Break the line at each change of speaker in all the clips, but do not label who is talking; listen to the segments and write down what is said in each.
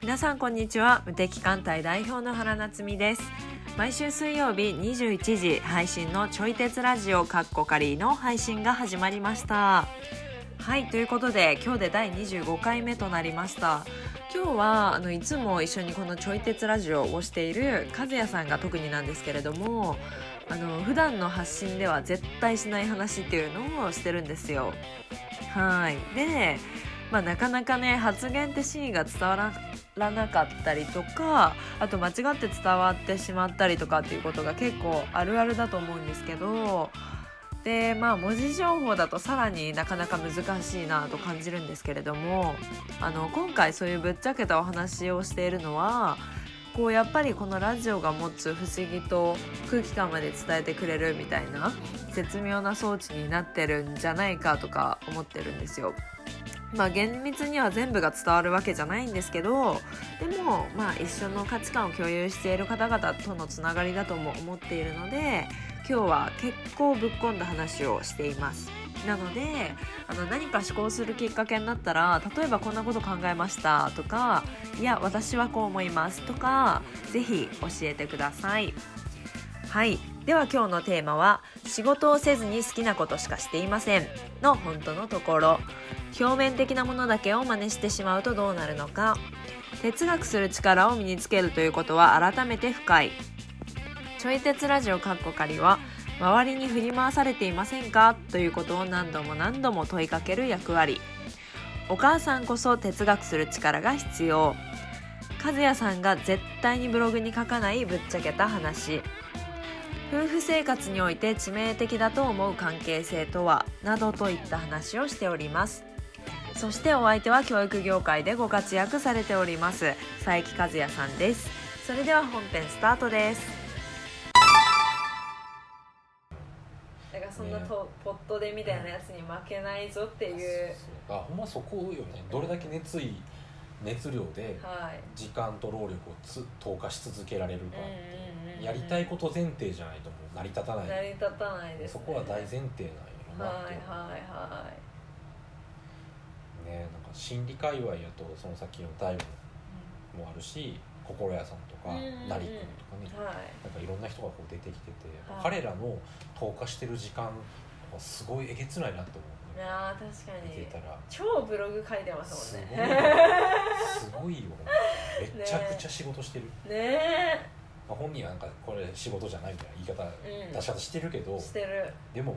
皆さんこんにちは無敵艦隊代表の原夏実です毎週水曜日21時配信のちょい鉄ラジオカッコカリーの配信が始まりましたはいということで今日で第25回目となりました今日はあのいつも一緒にこのちょい鉄ラジオをしている和也さんが特になんですけれどもあの普段の発信では絶対しない話っていうのをしてるんですよはいでまあ、なかなかね発言って真意が伝わらなかったりとかあと間違って伝わってしまったりとかっていうことが結構あるあるだと思うんですけどでまあ文字情報だとさらになかなか難しいなと感じるんですけれどもあの今回そういうぶっちゃけたお話をしているのはこうやっぱりこのラジオが持つ不思議と空気感まで伝えてくれるみたいな絶妙な装置になってるんじゃないかとか思ってるんですよ。まあ厳密には全部が伝わるわけじゃないんですけどでもまあ一緒の価値観を共有している方々とのつながりだとも思っているので今日は結構ぶっ込んだ話をしています。なのであの何か思考するきっかけになったら例えばこんなこと考えましたとかいや私はこう思いますとかぜひ教えてください。はいでは今日のテーマは「仕事をせずに好きなことしかしていません」の本当のところ表面的なものだけを真似してしまうとどうなるのか哲学する力を身につけるということは改めて深いちょい鉄ラジオカッコカリは周りに振り回されていませんかということを何度も何度も問いかける役割お母さんこそ哲学する力が必要和也さんが絶対にブログに書かないぶっちゃけた話夫婦生活において致命的だと思う関係性とはなどといった話をしておりますそしてお相手は教育業界でご活躍されております佐伯和也さんですそれでは本編スタートですだからそんなとポットでみたいなやつに負けないぞっていう
そうあほんまそこよねどれだけ熱意熱量で
はい
時間と労力をつ投下し続けられるか、
うんうんうんうん
やりたいこと前提じゃないともう成り立たない
成り立たないです、ね、
そこは大前提なんやろ
は
なって、
いはいはい
ねなんか心理界隈やとその先の大悟もあるし心屋さんとか
うんうんうん
成君とかね、
うんはい
なんかいろんな人がこう出てきてて、
はい
彼らの投下してる時間はすごいえげつないなと思
い
うね
やー確か
見て
に
たら
超ブログ書いてます
す
もん
ごい
ね
よすごいよめちゃくちゃ仕事してる、
ね
まあ、本人はなんかこれ仕事じゃないみたいな言い方
えうん
出し方してるけど、
してる
でも、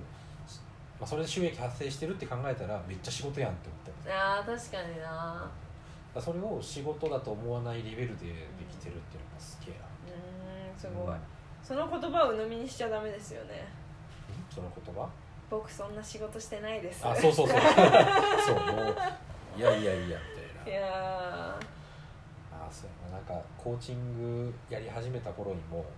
まあ、それで収益発生してるって考えたらめっちゃ仕事やんって思っただか
あー確かにな
らそれを仕事だと思わないレベルでできてるっていうのがすげえな
うーんすごい
うん
その言葉を鵜呑みにしちゃダメですよね
その言 葉
僕そんな仕事してないです
あそうそ うそうそうもういやいやいやみ た
い
いな
や
あそうやななんかコーチングやり始めた頃に
うん
もなんか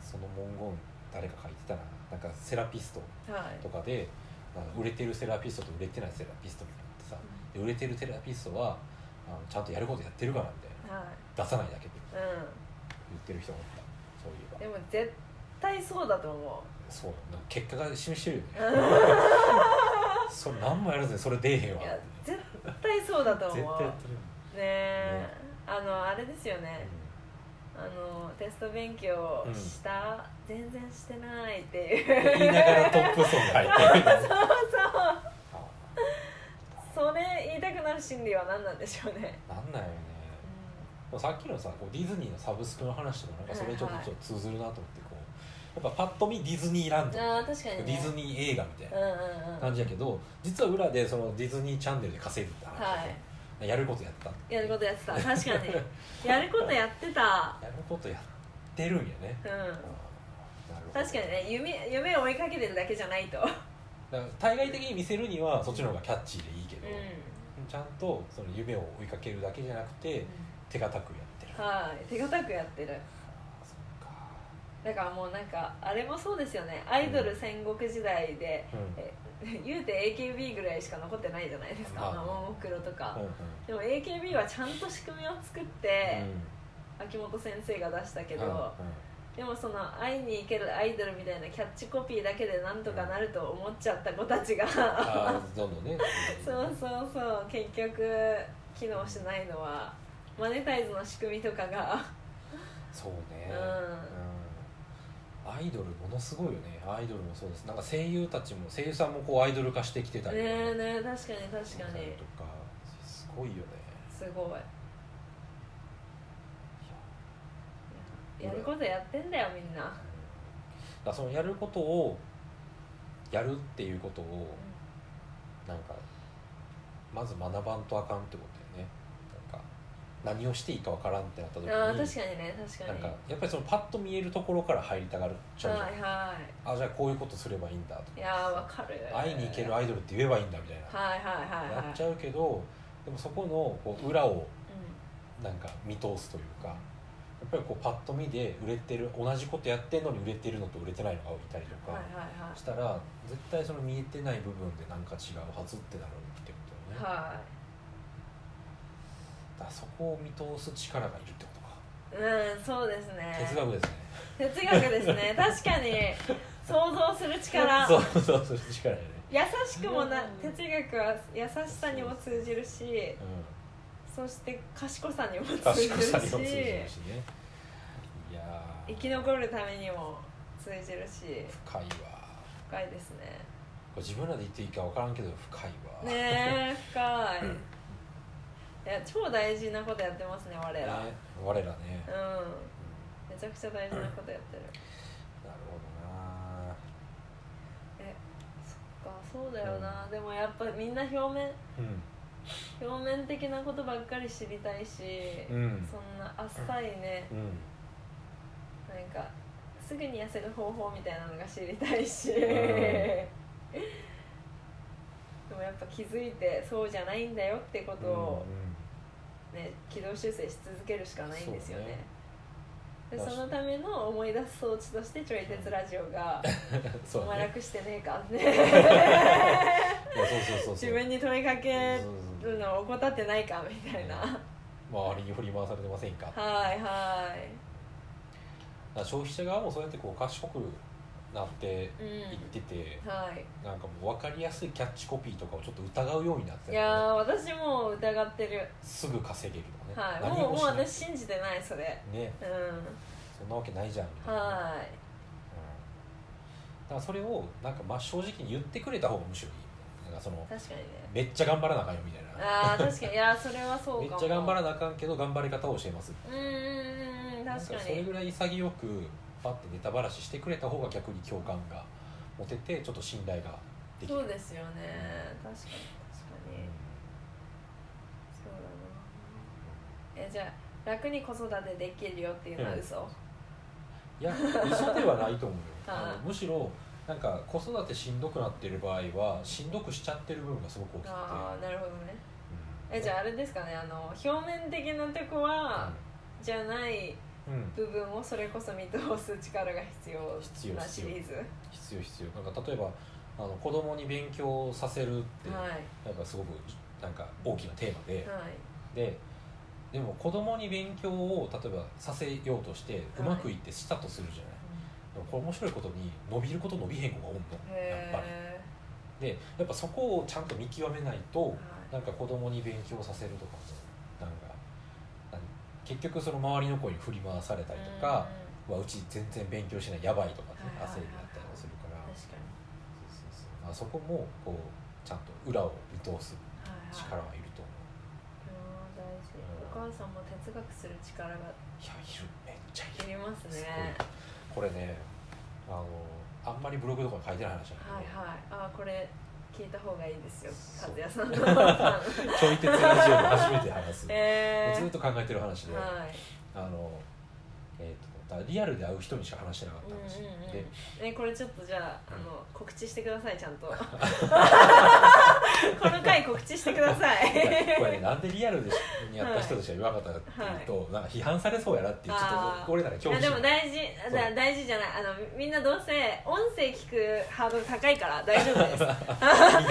その文言誰か書いてたななんかセラピスト
ーはい
とかでなんか売れてるセラピストと売れてないセラピストみたいなのってさで売れてるセラピストはあのちゃんとやることやってるからみたい
は
な出さないだ
い
けで
うん
言ってる人もいたそういえば
でも絶対そうだと思
そうなんか結果が示してるよね それ何もやらずにそれ出えへん
う
わ
い
絶
や絶対そうだと
対
思
や
う
ってるよね
ねえあのあれですよねあのテスト勉強した、全然してないっていう
うん言いながらトップソング入ってる
そう
あ
それ言いたくなる心理は何なんでしょうね、
なんだよねもうさっきのさこうディズニーのサブスクの話とかなんかそれちょっとちょっと通ずるなと思ってこうやっぱパッと見ディズニーランド
ああ確かに、ね、
ディズニー映画みたいな
うんうんうん
感じやけど実は裏でそのディズニーチャンネルで稼いでた話、
は
やることやった
やることや ってた確かにやることやってた
やることやってるんやね、
うん
あーなるほど
確かにね夢夢を追いかけてるだけじゃないと
だから対外的に見せるにはそっちの方がキャッチーでいいけ
う
ど、
ん
ちゃんとその夢を追いかけるだけじゃなくて手堅くやってる、あ
はい手堅くやってる
ーそっか
だからもうなんかあれもそうですよねアイドル戦国時代で、
うん
え 言うて AKB ぐらいしか残ってないじゃないですか
はい
まあももクロとか、
うんうん
でも AKB はちゃんと仕組みを作って、秋元先生が出したけど、
うんうん
でもその会いに行けるアイドルみたいなキャッチコピーだけでなんとかなると思っちゃった子たちが
あーどんどんね
そうそうそう結局機能しないのはマネタイズの仕組みとかが
そうね、
うん
うんアイドルものすごいよねアイドルもそうですなんか声優たちも声優さんもこうアイドル化してきてたり
ね
とか
えねえ確かに確かに
とかすごいよね
すごい
いや
やることやってんだよみんな、
だからそのやることをやるっていうことをなんかまず学ばんとあかんってことだよねなんか何をしていいかわからんってなった時に
ああ確かにね確か
なん
に
かやっぱりそのパッと見えるところから入りたがるちゃうじゃん、
はいは
あじゃあこういうことすればいいんだと
いい
か
やーわかる
会いに行ける
はい
アイドルって言えばいいんだみたいな、
はいはいはい
やっちゃうけどでもそこのこう裏を
う
なんか見通すというかやっぱりこうパッと見で売れてる同じことやってんのに売れてるのと売れてないのがいたりと
ん
か、
はいはいはい
したら絶対その見えてない部分でなんか違うはずってなるってことよね、
は
だからそこを見通す力がいるってことか
い、うん、そうですね
哲学ですね
哲学です ね確かに想像する力
そうそうそう力やね
優しくもな
うん
哲学は優しさにも通じるし
うん
そして賢さにも通じ
賢
る
さに
し
も通じるしねいや
生
ー
き残るためにも通じるし
深いわ
深いですね
これ自分らで言っていいか分からんけど深いわ
ねえ深い、
うん
いや超大事なことやってますね我ら、
ね我らね、
う
うん
んめちゃくちゃ大事なことやってる、
なるほどな
そっかそうだよな、でもやっぱみんな表面
う
表面的なことばっかり知りたいし、
んうん
そんなあっさりね、
うん
なんかすぐに痩せる方法みたいなのが知りたいし、
ん
でもやっぱ気づいてそうじゃないんだよってことを、ね軌道修正し続けるしかないんですよね
そうね
でそのための思い出す装置としてちょい鉄ラジオが
うん
「
そ
お
うだ
前
ね
楽してねえか」 って
いやそうそうそうそう
自分に問いかけるのを怠ってないかみたいな
周りに振り回されてませんか
はいはい
だから消費者側もそうやってこう賢くなって
うん
いってて、
はい
なんかもう分かりやすいキャッチコピーとかをちょっと疑うようになってた
い
よね
やー私もう疑ってる、
すぐ稼げるとか
は
ね、
い、もうもう
しな
私信じてないそれ
ね
うん
そんなわけないじゃんみたいな、うん、だ
は
からそれをなんかまあ正直に言ってくれた方がむしろいいなんかその
い確かにね
めっちゃ頑張らなあかんよみたいな
あー確かにいやーそれはそう
めっ
かも
ちゃ頑張らなあかんけど頑張り方を教えます
うんうんうんうん確か
なんそれ
に
ぐらい潔くパッてネタばらししてくれた方が逆に共感が持ててちょっと信頼ができる
そうですよね確かに確かにそうだなえじゃあ楽に子育てできるよっていうのは嘘、
いや嘘ではない と思うよ
はい
あのむしろなんか子育てしんどくなってる場合はしんどくしちゃってる部分がすごく大きくて、
ああなるほどね
うん
えじゃああれですかねあの表面的なとこは、じゃない
うんうん
部分をそれこそ見通す力が必
必
要
要
な
必
シ
要
リーズ
必要必要なんか例えばあの子供に勉強させるって、
はい
なんかすごくなんか大きなテーマで、
はい
ででも子供に勉強を例えばさせようとしてうまくいってしたとするじゃない、でもこれ面白いことに伸びること伸びへん子がおんのやっぱ
へ
りでやっぱそこをちゃんと見極めないと
え
なんか子供に勉強させるとかもなんか何結局その周りの子に振り回されたりとか、うわうち全然勉強しないやばいとかって
はいはいはい
焦りになったりもするから、
確か
そうそうそうまあ、そこもこうちゃんと裏を見通す
にはいはい
力はいると思
うん大事お母さんも哲学する力が
ういやいるめっちゃいる
いります
す
ね
ごいこれねあのあんまりブログとかに書いてない話なんだけど、
はいはいあーこれ聞いた方がいいですよ
そう
和也さんのお母さん、
ちょい鉄ラジオで初めて話す
え
ず
ー
っと考えてる話で、
はい
あの、えー、とだからリアルで会う人にしか話してなかっ
う
た
んうん
話、
うん
で
えこれちょっとじゃああの告知してくださいちゃ んとこの回告知してください
これねなんでリアルでしにやった人としか言わなかったかっていうと、なんか批判されそうやなっていうちょ
あ
っ
ー
と俺なんか
い
恐
やで
怖心
も 大事
そう
だ大事じゃないあのみんなどうせ音声聞くハードル高いから大丈夫 です
みんな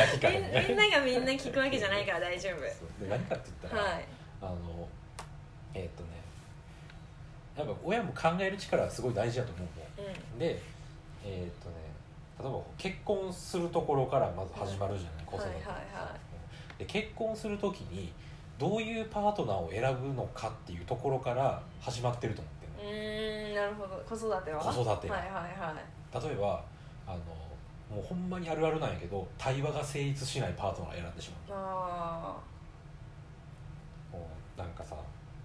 聞か
み
れ
ん
るね
みんながみんな聞くわけじゃないから大丈夫
そうで何かって言ったら、
はい
あのえーっ、とねやっぱ親も考える力はすごい大事だと思うも
うん
んでえーっ、とね例えば結婚するところからまず始まるじゃない、子
は
育
い
て
はいは
で結婚する時にどういうパートナーを選ぶのかっていうところから始まってると思ってんの
うーんなるほど子育ては
子育て
はいはいはい
例えばあのもうほんまにあるあるなんやけど対話が成立しないパートナーを選んでし
あ
まうもうなんかさ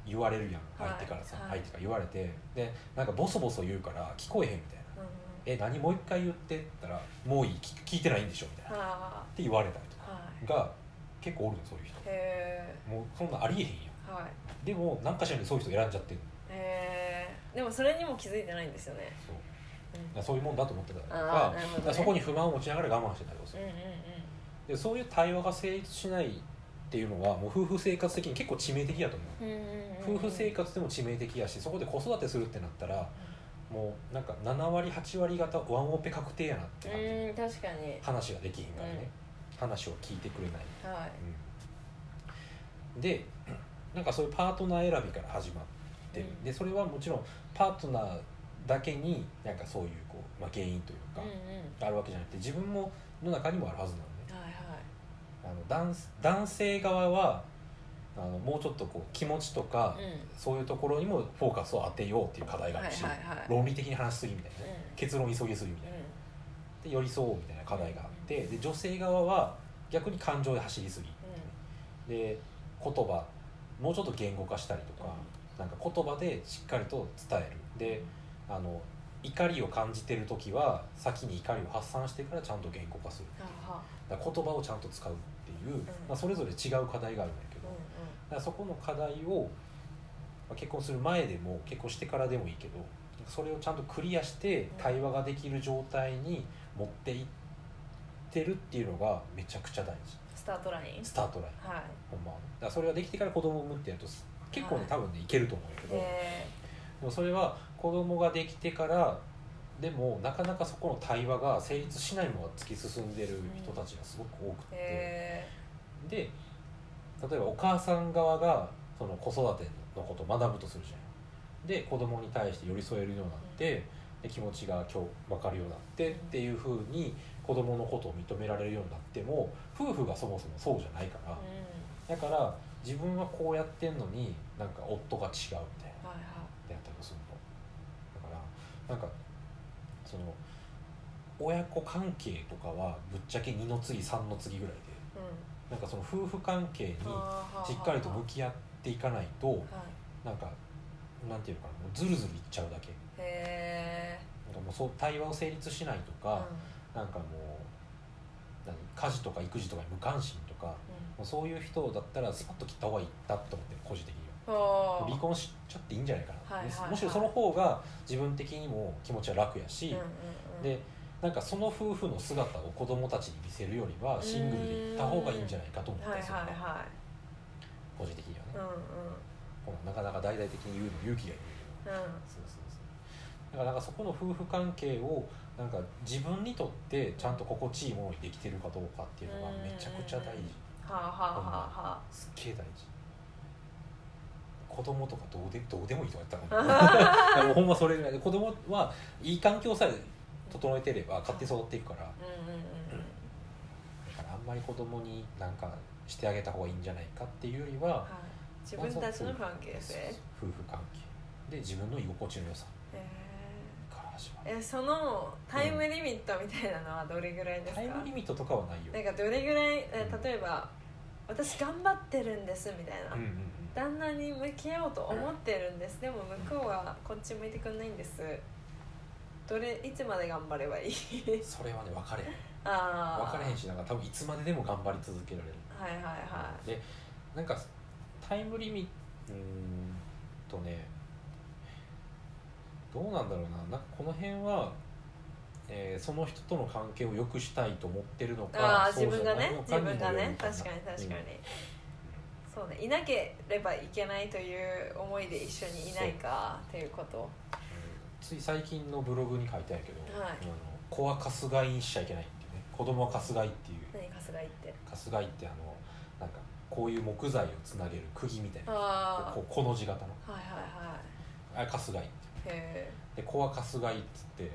言われるやん
はい
相手からさ、
はい
相手が言われてでなんかボソボソ言うから聞こえへんみたいな
ー、うん
「え何もう一回言って」って言ったら「もういい聞聞いてないんでしょ」みたいな、っ
は
て言われたりと
あはい
かが結構おるのそういう人
へ
もうそんなんありえへんやん
えはい
でも何かしらにそういう人選んじゃってる
へえでもそれにも気づいてないんですよね、
そ
う
うだ
ん
からそういうもんだと思ってたりとか
あーなるほどね
だからそこに不満を持ちながら我慢してたりとかす
うん
る、
うんうん
でそういう対話が成立しないっていうのはもう夫婦生活的に結構致命的やと思う
うんうんうん
夫婦生活でも致命的やしそこで子育てするってなったらもうなんか7割8割方ワンオペ確定やなって感じ、
うん確かに
話ができひんからね、話を聞いてくれない、
はい
うんで なんかそういうパートナー選びから始まってる、
うん
でそれはもちろんパートナーだけになんかそういうこう、まあ、原因というか、
うんうん
あるわけじゃなくて自分もの中にもあるはずなのね
はいはい
あの男男性側はあのもうちょっとこう気持ちとか、
う
そういうところにもフォーカスを当てようっていう課題
ん
があ
はい
るし、
はいはい
論理的に話しすぎみたいなね、
う
結論急ぎすぎみたい
ん
な、
うん
で寄り添おうみたいな課題があってで女性側は逆に感情で走りすぎ、で言葉もうちょっと言語化したりとか、なんか言葉でしっかりと伝えるであの怒りを感じてる時は先に怒りを発散してからちゃんと言語化する
はあはあ
だから言葉をちゃんと使うっていう、
ん
まあ、それぞれ違う課題があるんだけ
う
ど、
ん
だからそこの課題を、まあ結婚する前でも結婚してからでもいいけどそれをちゃんとクリアして
うん
対話ができる状態に持っていってるっていうのがめちゃくちゃ大事
うんスタートライン
スタートライン
はい
ほんまはねだからそれができてから子供を産むってやるとす結構ね多分ねいけると思うんやけど、
え
でもそれは子供ができてからでもなかなかそこの対話が成立しないまま突き進んでる人たちがすごく多く
ー
て。
え
で例えばお母さん側がその子育てのことを学ぶとするじゃんで子供に対して寄り添えるようになって、で気持ちが今日分かるようになってっていうふうに子供のことを認められるようになっても夫婦がそもそもそうじゃないから、
ー
だから自分はこうやってんのになんか夫が違うみた
うん
いな
はいは
であったりもするのだからなんかその親子関係とかはぶっちゃけ2の次3の次ぐらいで
いうん
なんかその夫婦関係に
はあはあ
しっかりと向き合っていかないと
はい
なんかなんていうのかなもうズルズルいっちゃうだけ
へえ
なんかもうそう対話を成立しないと
うん
か、なんかもう何家事とか育児とかに無関心とかもうそういう人だったらスパッと切った方がいいなと思ってる個人的には
うんはあ
離婚しちゃっていいんじゃないかな、
はいはいはい
むしろその方が自分的にも気持ちは楽やし、
うんうんうん
でなんかその夫婦の姿を子供たちに見せるよりはシングルで行った方がいいんじゃないかと思った
はい
りするの
はいは
個人的にはね
いうんうん
ほらなかなか大々的に言うの勇気がい
う
る
ん
そうそうそうだからなんかそこの夫婦関係をなんか自分にとってちゃんと心地いいものにできてるかどうかっていうのがめちゃくちゃ大事
はあはあは
すっげえ大事子供とかどうでどうでもいいとか言っ
あ
たら
はあ
でもほんまそれぐらいで子供はいい環境さえ整えてれば勝手に育っていくから
うんうんうんうん
だからあんまり子供になんかしてあげた方がいいんじゃないかっていうよりは
はい自分たちの関係性へ
夫婦関係で自分の居心地の良さ
え
から始まる
えそのタイムリミットみたいなのはどれぐらいですか、
タイムリミットとかはないよ
なんかどれぐらいえ例えば私頑張ってるんですみたいな、
うんうんうん
旦那に向き合おうと思ってるんです、でも向こうはこっち向いてくんないんですどれいつまで頑張れば いい
それはね分かれへん
ああ
分かれへんしなんか多分いつまででも頑張り続けられる
はいはいは
でなんかタイムリミットうーんとねどうなんだろうななんかこの辺は、えーその人との関係を良くしたいと思ってるの
いあ
か
あ自分がね
そう
自
じ
分が
ゃないのかにもよる
ね
みたいな
確かに確かに、
うん
そうねいなければいけないという思いで一緒にいないかっていうこと
つい最近のブログに書いてあるけど、
はい
あの子はカスガイにしちゃいけないっていうね子供はカスガイっていう
何かすがいって
カスガイってあのなんかこういう木材をつなげる釘みたいな
あ
こうこの字型の
あはいはいはい
あれカスガイって
へ
で子はカスガイっつって
え、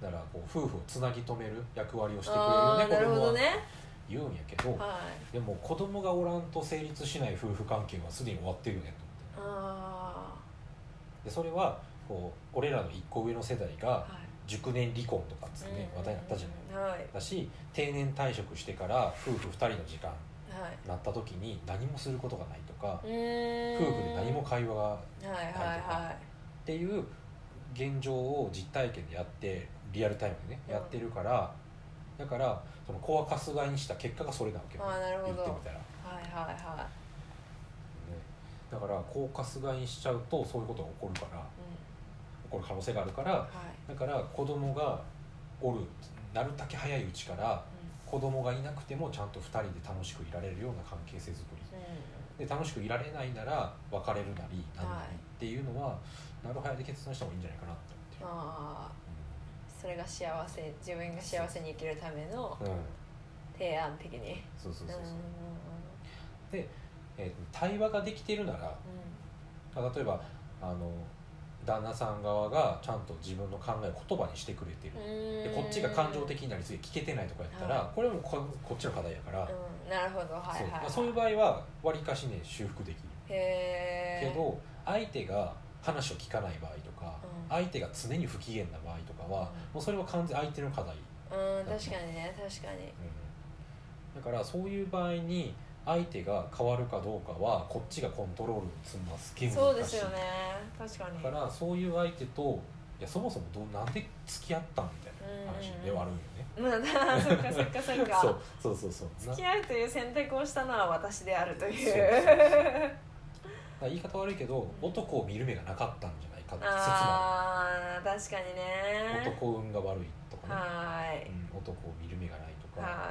だからこう夫婦をつなぎ止める役割をしてくれる
ああーな
ね
る
子
ほ
供
ど
は
ね
い言うんやけど
はい
でも子供がおらんと成立しない夫婦関係はすでに終わってるよねと思って
あ
でそれはこう俺らの一個上の世代
あ
が
はい
熟年離婚とかっつってね
うん
話題になったじゃない
はい
だし定年退職してから夫婦2人の時間
はい
になった時に何もすることがないとか
うーん
夫婦で何も会話が
はいはいは
っていう現状を実体験でやってリアルタイムでね
うん
やってるからだからその子はかすがいにした結果がそれなわけよ
あーなるほど
言ってみたら、ね、
いはいはいは
だから子をかすがいにしちゃうとそういうことが起こるから
いうん
起こる可能性があるから
はい
だから子供がおるなるだけ早いうちから子供がいなくてもちゃんと2人で楽しくいられるような関係性づくり
う
で楽しくいられないなら別れるなりなんな
はい
りっていうのはなるはやで決断した方がいいんじゃないかなって
ん
思
ああ
っ
それが幸せ自分が幸せに生きるための
てる、うんうん、
提案的に
そうそううん
う
そ
ん
う
うん
そう、えー対話ができてるなら例えばあの旦那さん側がちゃんと自分の考えを言葉にしてくれてる、
うん
でこっちが感情的になりすぎて聞けてないとかやったら、
は
これもここっちの課題やから、
うんなるほどはいは
そう
い
ま
は
あ、
い
そういう場合はわりかしね修復できる
へ
け
え
ど相手が話を聞かない場合とか、
うん
相手が常に不機嫌な場合とかは、もうそれは完全相手の課題、
うん確かにね確かに
だからそういう場合に相手が変わるかどうかはこっちがコントロールするのはすげえ難しい
そうですよね確かに
だからそういう相手といやそもそもどうなんで付き合ったんみたいな話ではあるんよね、
まあそっかそっかそっ
そう
か
そうそうそうな
付き合うという選択をしたのは私であるという
そうそうそうだから言い方悪いけど男を見る目がなかったんじゃないかって説もあ
あー確かに
る
ね
男運が悪いとかね、
はーい
うん、男を見る目がないとか、
はい
うんうん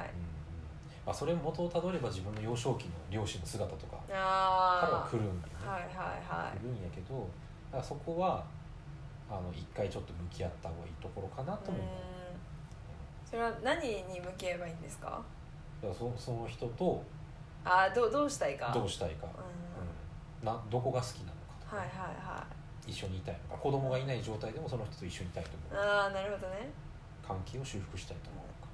まあ、それも元をたどれば自分の幼少期の両親の姿とかからは
あ
来るんだよね、
あはいはいは
来るんやけどだからそこはあの一回ちょっと向き合った方がいいところかなと
いう
も思う、
んそれは何に向けばいいんですか
だからそその人と
あーどうどうしたいか
どうしたいか、
うん
うんなどこが好きなのかとか、
はいはいは
一緒にいたいのか子供がいない状態でもその人と一緒にいたいと
い
思う
ああなるほどね
関係を修復したいと思うのか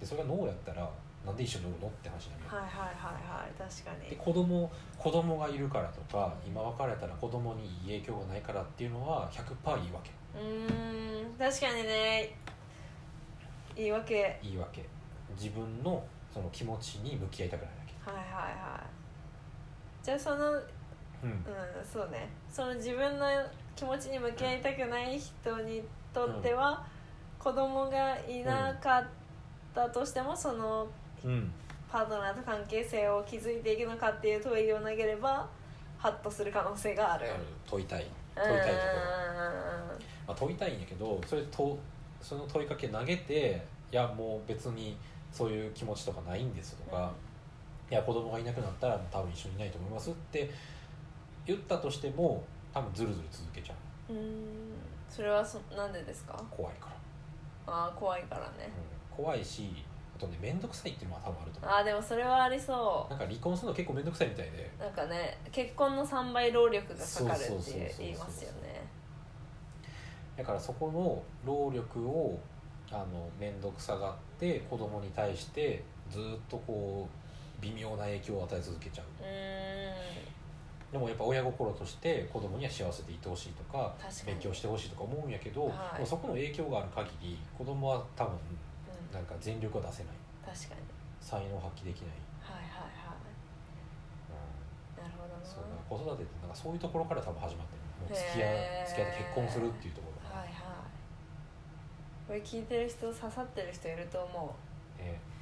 でそれがノーやったらなんで一緒におるのって話になるよね、
はいはいはいはい確かに
で子供子供がいるからとか今別れたら子供にいい影響がないからっていうのは100%いいわけ
うーん確かにね言い訳はい
いいわけ自分のその気持ちに向き合いたくないだけ
はいはいじゃあその
うん
うんそうねその自分の気持ちに向き合いたくない人にとっては、子供がいなかったとしても、その
うん、
パートナーと関係性を築いていくのかっていう問いを投げればハッとする可能性がある
ある問いたい、
うん
問いたいとこまあ、問いたいんやけどそれとその問いかけ投げていやもう別にそういう気持ちとかないんですとか、いや子供がいなくなったら多分一緒にいないと思いますって言ったとしても多分ずるずる続けちゃう
うんそれはそなんでですか
怖いから、
あー怖いからね
うん怖いしあとね面倒くさいっていうのは多分あると思う
あーでもそれはありそ
なんか離婚するの結構面倒くさいみたいで
うなんかね結婚の3倍労力がかかる
そう
っ
そうそうそう
て
そう
言いますよね
だからそこの労力をあの面倒くさがって子供に対してずっとこう微妙な影響を与え続けちゃう
うーん
でもやっぱ親心として子供には幸せでいてほしいとか
確かに
勉強してほしいとか思うんやけど、
はい
でもそこの影響がある限り子供は多分
うん
なんか全力は出せない
確かに
才能を発揮できない、
はいはい
うん
はいなるほどな
そうだから子育てってなんかそういうところから多分始まってるもう付き合
へ
う
ー
付き合って結婚するっていうところから、
はいはいこれ聞いてる人刺さってる人いると思う
えー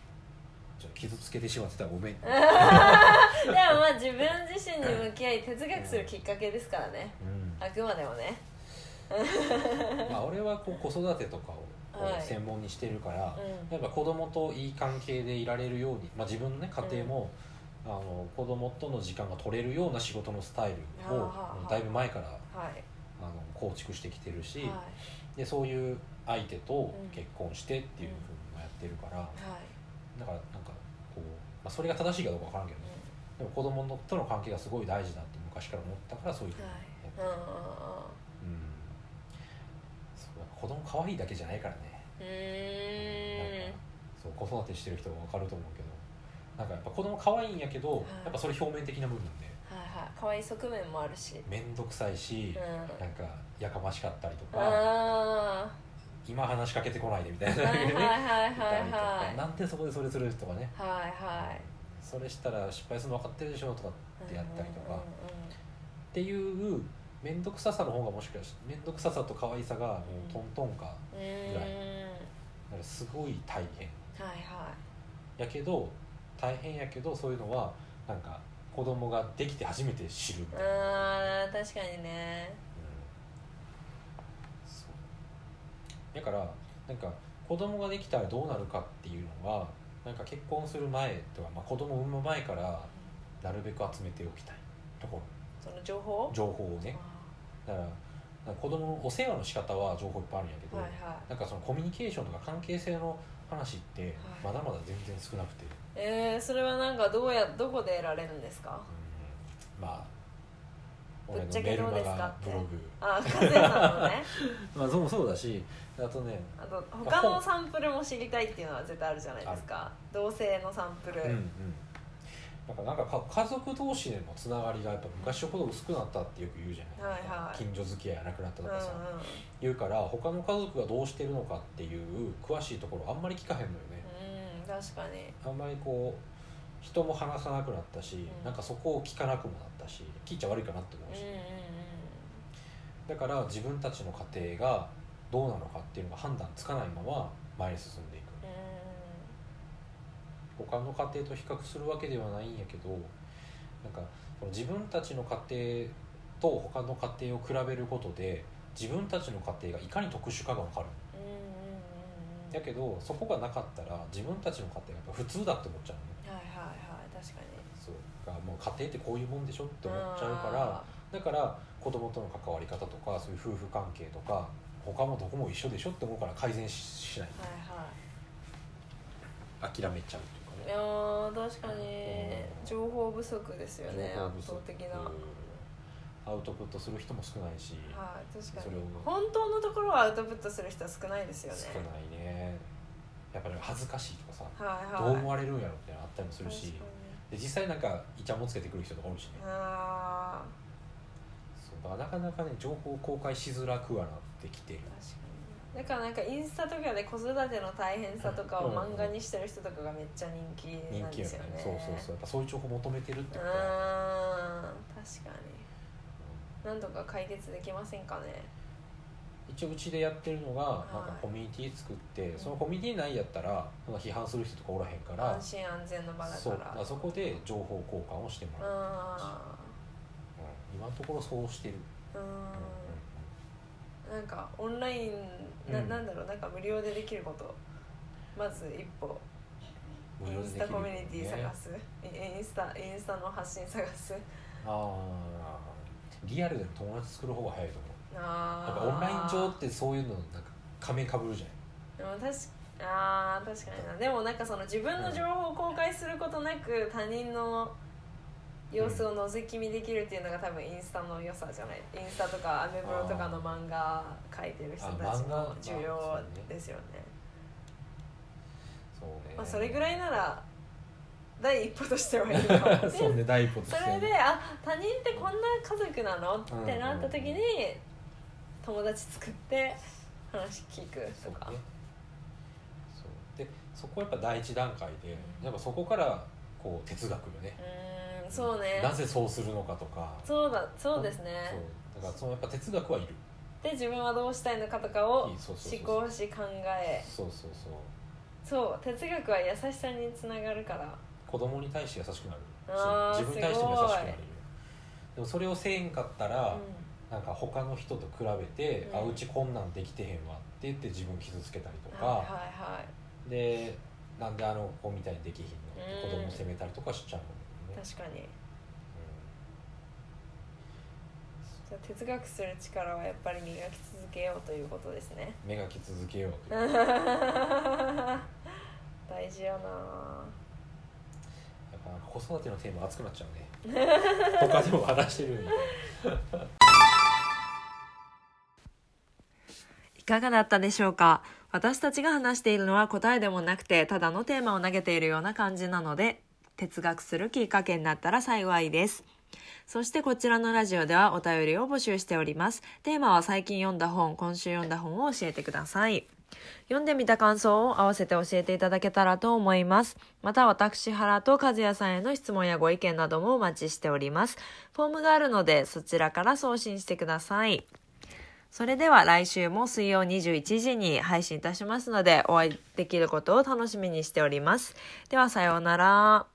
ちょっと傷つけてしまってたらごめん、
でもまあ自分自身に向き合い哲学するきっかけですからね
うん
あくまでもね
まあ、俺はこう子育てとかをこう
はい
専門にしてるから、
うん
やっぱ子供といい関係でいられるように、まあ、自分の、ね、家庭も、あの子供との時間が取れるような仕事のスタイルを
はあはあ
うんだいぶ前から
はい
あの構築してきてるし、
はいは
でそういう相手と
うん
結婚してっていうふうにもやってるから、
い
だからなんかこう、まあ、それが正しいかどうかわからんけどねでも子供との関係がすごい大事だって昔から思ったからそういうふうにやってる、
はい
うんそうやっぱ子供可愛いだけじゃないからね
うんうんうんうーん
なんかそそう子育てしてる人は分かると思うけどなんかやっぱ子供可愛いんやけど、
はい
やっぱそれ表面的な部分で
はい可愛い側面もあるし
面倒くさいし、
うん
なんかやかましかったりとか
あ
今話しかけてこないでみたい
ー
な、
はいはいはいはい
言ったりと
は
か
い
なんでそこでそれするとかね、
はいはい
それしたら失敗するの分かってるでしょとかってやったりと
う
か、
んうん
っ
うん
ていう面倒くささの方がもしかして面倒くささと可愛さがもうトントンか,、
うーん
ぐらいなんかすごい大変
はいは
やけど大変やけどそういうのはなんか子供ができて初めて知るみたいな、うん
いあー確かにね
そうだからなんか子供ができたらどうなるかっていうのはなんか結婚する前とか、まあ、子供を産む前からなるべく集めておきたいところ
その情報
情報をね
あ
だからなんか子供のお世話の仕方は情報いっぱいあるんやけ
ー
ど、
はいはい
なんかそのコミュニケーションとか関係性の話って
は
ま
い
だまだ全然少なくて、
えー、それはなんかどうやどこで得られるんですか
うんまあ
ぶ
俺
っ
の
ちゃけ
メル
どう
マ
です
ガ
か
ブログ
あー和江さんのね
まあそうもそうだしあとね
あと他のサンプルも知りたいっていうのは絶対あるじゃないですか同性のサンプル、
うんうんなんかなんかか家族同士でのつながりがやっぱ昔ほど薄くなったってよく言うじゃない、
はいはい
近所付き合いがなくなった
うんう
と
ん
かさ、言うから他の家族がどうしてるのかっていう詳しいところあんまり聞かへんのよね、
うん確かに
あんまりこう人も話さなくなったし、
うん
なんかそこを聞かなくもなったし聞いちゃ悪いかなって思う
う
し、
んうんうん
だから自分たちの家庭がどうなのかっていうのが判断つかないまま前に進んでいく
う
他の家庭と比較するわけではないんやけどなんかその自分たちの家庭と他の家庭を比べることで自分たちの家庭がいかに特殊かが分かる
んうんうんうんうん
だけどそこがなかったら自分たちの家庭がやっぱ普通だって思っちゃうのね
はいはいはい確かに
そうだからもう家庭ってこういうもんでしょって思っちゃうからだから子供との関わり方とかそういう夫婦関係とか他もどこも一緒でしょって思うから改善ししない
あーはいはい
諦めちゃうという
い
かね
やー確かに
うん
情報不足ですよね
情報
圧
不足
倒的な、
うんアウトプットする人も少ないし、
はい確
そ
か
れ
に
を
本当のところはアウトプットする人は少ないですよね
少ないねやっぱり恥ずかしいとかさ、
はいはい
どう思われるんやろみたいなのあったりもするし
確かに
で実際なんかイチャもつけてくる人とかおるしね、
あ
そうだからなかなかね情報を公開しづらくはなってきてる
ー確かにだからなんかインスタとかで子育ての大変さとかを
うん
漫画にしてる人とかがめっちゃ人気
人
なん
気
で
や
す
ね
よね
そうそうそうやっぱそういう情報を求めてるって
うー
こ
ん
とは
確かになんとか解決できませんかね
一応うちでやってるのが
い
なんかコミュニティ作って
うん
そのコミュニティ内やったらそんな批判する人とかおらへんから
安心安全の場だから
そうだからそこで情報交換をしてもらう、うん今のところそうしてる、
うん
うんうん
うんなんかオンラインな,、
うん
ん、なんだろうなんか無料でできることまず一歩
無
イ
料
ン
でで
ス
き
タ
る
コミュニティ
ね
探す、インスタインスタの発信探す
あーリアルでも友達作る方が早いと思うなん
あ
か
ー
オンライン上ってそういうのなんか仮面かぶるじゃない
でも確かあー確かになでもなんかその自分の情報を公開することなく他人の様子を覗き見できるっていうのが多分インスタの良さじゃないインスタとかアメブロとかの漫画描いてる人たち
あ
も
漫画
重要ですよね
そうね
まあ、それぐらいなら第一歩としてはいいか もね
らそうね第一歩とし
そ
てね
れで「あ他人ってこんな家族なの?」ってなった時
うん
に
うん
友達作って話聞く
そ
と
う
か
ねそうでそこはやっぱ第一段階でやっぱそこからこう哲学よね
うーんそうね
なぜそうするのかとか
そうだそうですね
そうだからそのやっぱ哲学はいる
で自分はどうしたいのかとかを
そうそうそう
思考し考え
そうそうそう
そう哲学は優しさにつながるから
子供に対して優しくな
あ
る
ー
し自分に対しても優しく
す
なる
ごい
でもそれをせえんかった
う
ら、
ん
なんか他の人と比べて、
うん
あうちこんなんできてへんわって言って自分傷つけたりとか、
はいはいは
でなんであの子みたいにできひんのって
うん
子供を責めたりとかしちゃうの
い
ね、
確かに
う
じゃあ哲学する力はやっぱり磨き続けようということですね
ん、目がき続けようという、やっ
大事やな
ぱなんか子育てのテーマ熱くなっちゃうね他でも話してるんで
い
かがだったでしょうか私たちが話しているのは答えでもなくてただのテーマを投げているような感じなので哲学するきっかけになったら幸いですそしてこちらのラジオではお便りを募集しておりますテーマは最近読んだ本今週読んだ本を教えてください読んでみた感想を合わせて教えていただけたらと思います。また私原と和也さんへの質問やご意見などもお待ちしております。フォームがあるのでそちらから送信してください。それでは来週も水曜21時に配信いたしますのでお会いできることを楽しみにしております。ではさようなら。